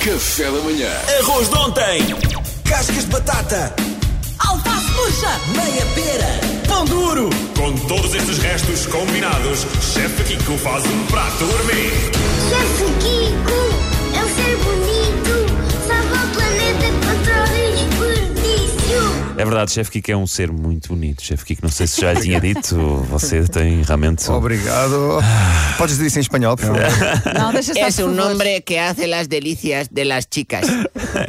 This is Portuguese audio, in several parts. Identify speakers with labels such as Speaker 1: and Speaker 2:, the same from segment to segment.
Speaker 1: Café da manhã.
Speaker 2: Arroz de ontem!
Speaker 3: Cascas de batata,
Speaker 4: Alface murcha,
Speaker 3: meia pera, pão duro,
Speaker 2: Com todos estes restos combinados, chefe Kiko faz um prato gourmet.
Speaker 5: Chefe Kiko é um ser bonito, salva o planeta contra o desperdício.
Speaker 6: É verdade, Chefe Kiko é um ser muito bonito. Chefe Kiko, não sei se já lhe tinha dito, você tem realmente.
Speaker 7: Obrigado. Podes dizer isso em espanhol, por favor?
Speaker 4: Não, deixa
Speaker 8: É
Speaker 4: estar.
Speaker 8: assim,
Speaker 9: Es
Speaker 8: um
Speaker 4: por
Speaker 9: un
Speaker 4: favor.
Speaker 9: hombre que hace las delicias de las chicas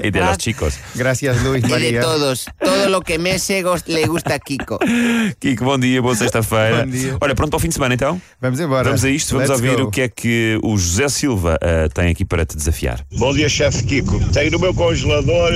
Speaker 6: E de los chicos.
Speaker 7: Gracias, Luís
Speaker 8: é
Speaker 9: y de
Speaker 7: Maria.
Speaker 9: todos. Todo lo que me se gos- le gusta a Kiko.
Speaker 6: Kiko, bom dia, boa sexta-feira.
Speaker 7: Bom dia.
Speaker 6: Olha, pronto para o fim de semana então?
Speaker 7: Vamos embora.
Speaker 6: Vamos a isto, vamos
Speaker 7: Let's
Speaker 6: ouvir
Speaker 7: go.
Speaker 6: o que é que o José Silva ah, tem aqui para te desafiar.
Speaker 10: Bom dia, chefe Kiko. Tenho no meu congelador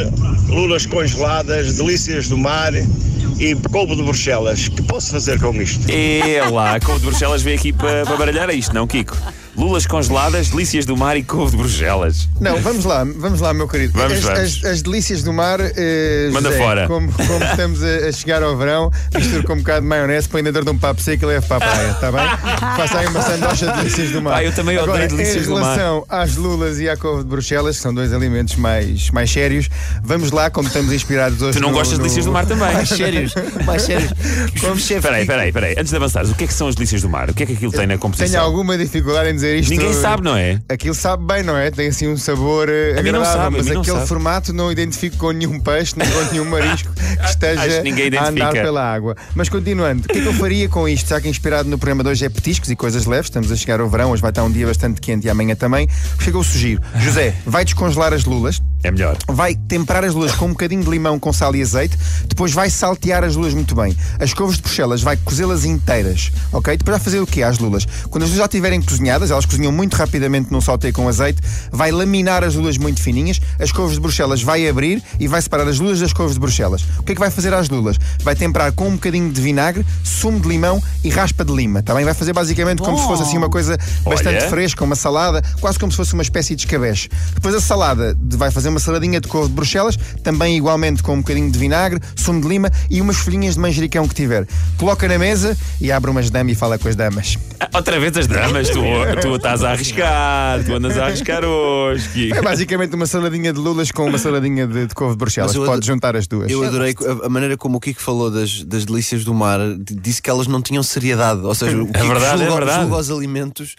Speaker 10: lulas congeladas, delícias do mar e couve de Bruxelas. que posso fazer com isto?
Speaker 6: É lá, couve de Bruxelas veio aqui para, para baralhar a isto, não, Kiko? Lulas congeladas, delícias do mar e couve de Bruxelas.
Speaker 7: Não, vamos lá, vamos lá, meu querido.
Speaker 6: Vamos,
Speaker 7: as,
Speaker 6: vamos.
Speaker 7: as- as delícias do mar. eh,
Speaker 6: Manda
Speaker 7: José,
Speaker 6: fora.
Speaker 7: Como, como estamos a, a chegar ao verão, misturo com um bocado de maionese, põe dentro de um papo seco e levo para a praia, está bem? Faça aí uma sandocha de delícias do mar.
Speaker 6: Ah, eu também odeio
Speaker 7: Agora,
Speaker 6: delícias
Speaker 7: em
Speaker 6: do mar.
Speaker 7: relação às lulas e à couve de Bruxelas, que são dois alimentos mais, mais sérios, vamos lá, como estamos inspirados hoje.
Speaker 6: Tu não
Speaker 7: no-
Speaker 6: gostas de
Speaker 7: no-
Speaker 6: delícias do mar também?
Speaker 9: Serios, más serios.
Speaker 6: Espera aí, espera aí, espera aí. Antes de avançares, o que é que são as delícias do mar? O que é que aquilo tem na composição?
Speaker 7: Tenho alguma dificuldade em dizer isto.
Speaker 6: Ninguém sabe, não é?
Speaker 7: Aquilo sabe bem, não é? Tem assim um sabor eh,
Speaker 6: A mim não
Speaker 7: agradável,
Speaker 6: sabe, a
Speaker 7: mas
Speaker 6: mim não
Speaker 7: aquele
Speaker 6: sabe.
Speaker 7: formato não identifico com nenhum peixe, nem com nenhum marisco que
Speaker 6: acho
Speaker 7: esteja
Speaker 6: que ninguém
Speaker 7: a andar
Speaker 6: identifica.
Speaker 7: pela água. Mas continuando, o que é que eu faria com isto? Já que inspirado no programa de hoje é petiscos e coisas leves, estamos a chegar ao verão, hoje vai estar um dia bastante quente e amanhã também. O que é que eu sugiro? José, vai descongelar as lulas,
Speaker 6: É melhor.
Speaker 7: vai temperar as lulas com um bocadinho de limão com sal e azeite, depois vai saltear as lulas muito bem. As couves de Bruxelas vai cozê-las inteiras, ok? Depois vai fazer o quê às lulas? Quando as lulas já estiverem cozinhadas, elas cozinham muito rapidamente num salteio com azeite, vai laminar as lulas muito fininhas, as couves de Bruxelas vai abrir e vai separar as lulas das couves de Bruxelas. O que é que vai fazer às lulas? Vai temperar com um bocadinho de vinagre, sumo de limão e raspa de lima, também vai fazer basicamente como se fosse assim uma coisa bastante
Speaker 6: Olha.
Speaker 7: fresca fresca, uma salada, quase como se fosse uma espécie de escabeche. Depois a salada de- vai fazer uma saladinha de couve de Bruxelas, também igualmente com um bocadinho de vinagre, sumo de lima e umas folhinhas de manjericão que tiver. Coloca na mesa e abre umas damas e fala com as damas.
Speaker 6: Ah, Outra vez as damas, tu, tu estás a arriscar, tu andas a arriscar hoje. Kiko.
Speaker 7: É basicamente uma saladinha de lulas com uma saladinha de, de couve de Bruxelas.
Speaker 11: Mas eu
Speaker 7: Pode
Speaker 11: ado-
Speaker 7: juntar as duas. É
Speaker 11: Eu adorei a- a maneira como o Kiko falou das, das delícias do mar, d- disse que elas não tinham seriedade. Ou seja, o Kiko
Speaker 6: verdade,
Speaker 11: julga,
Speaker 6: é verdade.
Speaker 11: julga os alimentos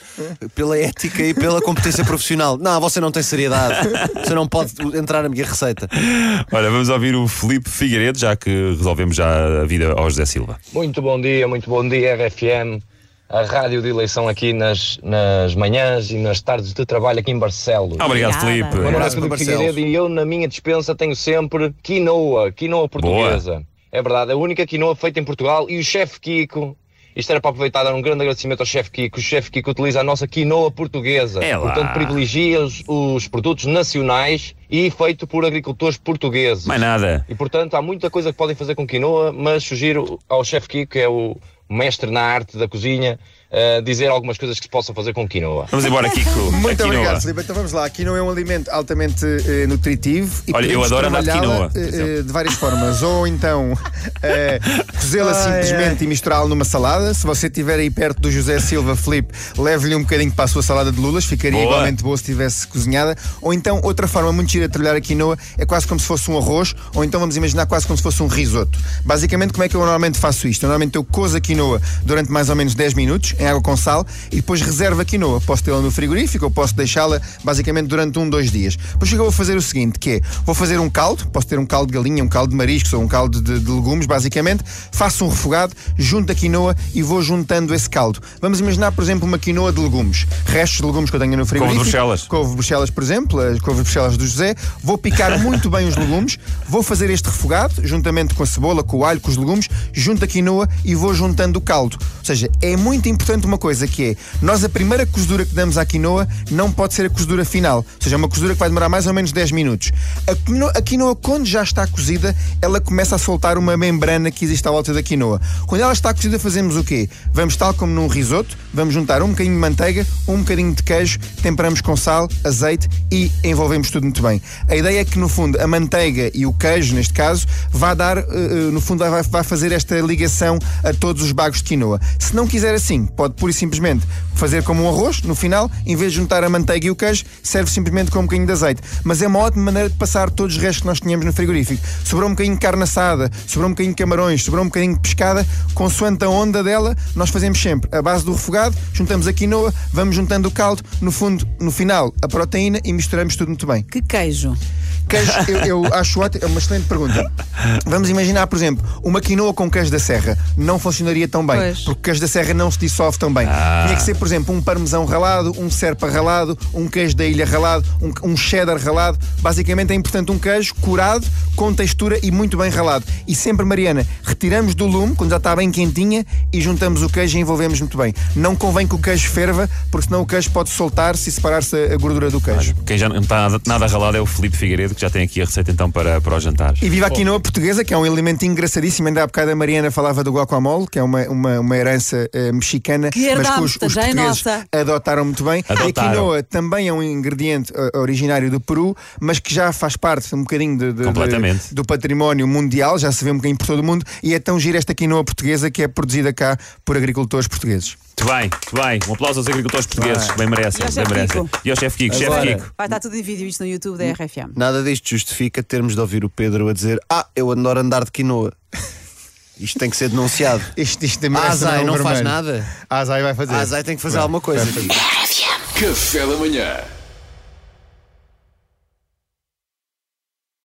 Speaker 11: pela ética e pela competência profissional. Não, você não tem seriedade. Você não pode entrar na minha receita.
Speaker 6: Olha, vamos ouvir o Filipe Figueiredo, já que resolvemos já a vida ao José Silva.
Speaker 8: Muito bom dia, muito bom dia, RFM, a rádio de eleição aqui nas, nas manhãs e nas tardes de trabalho aqui em Barcelos.
Speaker 6: Obrigado,
Speaker 4: Obrigada.
Speaker 6: Filipe.
Speaker 8: Meu nome é
Speaker 11: abraço
Speaker 8: Filipe
Speaker 11: para Barcelos.
Speaker 8: Figueiredo e eu na minha dispensa tenho sempre quinoa, quinoa portuguesa. É verdade, a única quinoa feita em Portugal e o chefe Kiko. Isto era para aproveitar dar um grande agradecimento ao chefe Kiko. O chefe Kiko utiliza a nossa quinoa portuguesa.
Speaker 6: É lá.
Speaker 8: Portanto, privilegia os, os produtos nacionais e feito por agricultores portugueses.
Speaker 6: Mais nada.
Speaker 8: E portanto há muita coisa que podem fazer com quinoa, mas sugiro ao chefe Kiko, que é o mestre na arte da cozinha, eh, dizer algumas coisas que se possam fazer com quinoa.
Speaker 6: Vamos embora, Kiko.
Speaker 7: Muito
Speaker 6: Aqui não há.
Speaker 7: obrigado, Filipe. Então vamos lá. Aqui não é um alimento altamente eh, nutritivo. E
Speaker 6: Olha, eu
Speaker 7: podemos
Speaker 6: adoro andar de
Speaker 7: trabalhá-la,
Speaker 6: quinoa, por
Speaker 7: eh,
Speaker 6: exemplo.
Speaker 7: eh, de várias formas. Ou então eh, cozê-la simplesmente e misturá-la numa salada. Se você estiver aí perto do José Silva Filipe, leve-lhe um bocadinho para a sua salada de lulas. Ficaria
Speaker 6: Boa.
Speaker 7: igualmente boa se tivesse cozinhada. Ou então, outra forma muito gira de trilhar a quinoa é quase como se fosse um arroz. Ou então vamos imaginar quase como se fosse um risoto. Basicamente, como é que eu normalmente faço isto? Eu normalmente eu cozo a quinoa durante mais ou menos 10 minutos em água com sal e depois reservo a quinoa. Posso tê-la no frigorífico ou posso deixá-la basicamente durante um, dois dias. Depois o que eu vou fazer o seguinte, que é, vou fazer um caldo, posso ter um caldo de galinha, um caldo de mariscos ou um caldo de, de legumes, basicamente, faço um refogado, junto a quinoa e vou juntando esse caldo. Vamos imaginar, por exemplo, uma quinoa de legumes. Restos de legumes que eu tenho no frigorífico.
Speaker 6: Bruxelas.
Speaker 7: Couve Bruxelas, por exemplo, as couve Bruxelas do José. Vou picar muito bem os legumes, vou fazer este refogado, juntamente com a cebola, com o alho, com os legumes, junto a quinoa e vou juntando o caldo. Ou seja, é muito importante uma coisa que é, nós a primeira cozedura que damos à quinoa não pode ser a cozedura final. Ou seja, é uma cozedura que vai demorar mais ou menos 10 minutos. A quinoa, a quinoa, quando já está cozida, ela começa a soltar uma membrana que existe à volta da quinoa. Quando ela está cozida, fazemos o quê? Vamos, tal como num risoto, vamos juntar um bocadinho de manteiga, um bocadinho de queijo, temperamos com sal, azeite e envolvemos tudo muito bem. A ideia é que, no fundo, a manteiga e o queijo, neste caso, vá dar, eh, eh, no fundo, vai, vai fazer esta ligação a todos os bagos de quinoa. Se não quiser assim, pode pura e simplesmente fazer como um arroz, no final, em vez de juntar a manteiga e o queijo, serve simplesmente com um bocadinho de azeite. Mas é uma ótima maneira de passar todos os restos que nós tínhamos no frigorífico. Sobrou um bocadinho de carne assada, sobrou um bocadinho de camarões, sobrou um bocadinho de pescada, consoante a onda dela, nós fazemos sempre a base do refogado, juntamos a quinoa, vamos juntando o caldo, no fundo, no final, a proteína e misturamos tudo muito bem.
Speaker 4: Que queijo.
Speaker 7: Queijo, eu, eu acho ótimo, é uma excelente pergunta. Vamos imaginar, por exemplo, uma quinoa com queijo da serra não funcionaria tão bem,
Speaker 4: Pois.
Speaker 7: porque o queijo da serra não se dissolve tão bem. Tinha que ser, por exemplo, um parmesão ralado, um serpa ralado, um queijo da ilha ralado, um, um cheddar ralado. Basicamente é importante um queijo curado, com textura e muito bem ralado. E sempre, Mariana, retiramos do lume, quando já está bem quentinha, e juntamos o queijo e envolvemos muito bem. Não convém que o queijo ferva, porque senão o queijo pode soltar-se e separar-se a- a gordura do queijo.
Speaker 6: Quem já não está nada ralado é o Filipe Figueiredo, que já tem aqui a receita então para, para o jantar.
Speaker 7: E viva a quinoa portuguesa, que é um elemento engraçadíssimo. Ainda há bocado a Mariana falava do guacamole, que é uma, uma, uma herança eh, mexicana,
Speaker 4: Que
Speaker 7: mas que
Speaker 4: herdamos
Speaker 7: os, os
Speaker 4: também,
Speaker 7: portugueses
Speaker 4: nossa.
Speaker 7: adotaram muito bem. E a
Speaker 6: Adotaram.
Speaker 7: quinoa também é um ingrediente eh, originário do Peru, mas que já faz parte um bocadinho de- de-
Speaker 6: Completamente.
Speaker 7: de- do património mundial, já se vê um bocadinho por todo o mundo. E é tão gira esta quinoa portuguesa que é produzida cá por agricultores portugueses.
Speaker 6: Muito bem, muito bem. Um aplauso aos agricultores portugueses. Bem
Speaker 4: E
Speaker 6: merecem,
Speaker 4: ao
Speaker 6: bem
Speaker 4: chefe
Speaker 6: merecem.
Speaker 4: Kiko.
Speaker 6: E ao chefe Kiko, chefe
Speaker 11: Agora.
Speaker 6: Kiko.
Speaker 4: Vai estar tudo em vídeo isto no YouTube da RFM.
Speaker 11: Nada disto justifica termos de ouvir o Pedro a dizer: Ah, eu adoro andar de quinoa. Isto tem que ser denunciado.
Speaker 7: Isto, isto
Speaker 11: Ah,
Speaker 7: merece
Speaker 11: Zay,
Speaker 7: não
Speaker 11: não faz
Speaker 7: vermelho.
Speaker 11: nada.
Speaker 7: A Azai vai fazer.
Speaker 11: Ah, Zay tem que fazer alguma coisa.
Speaker 2: Café da manhã.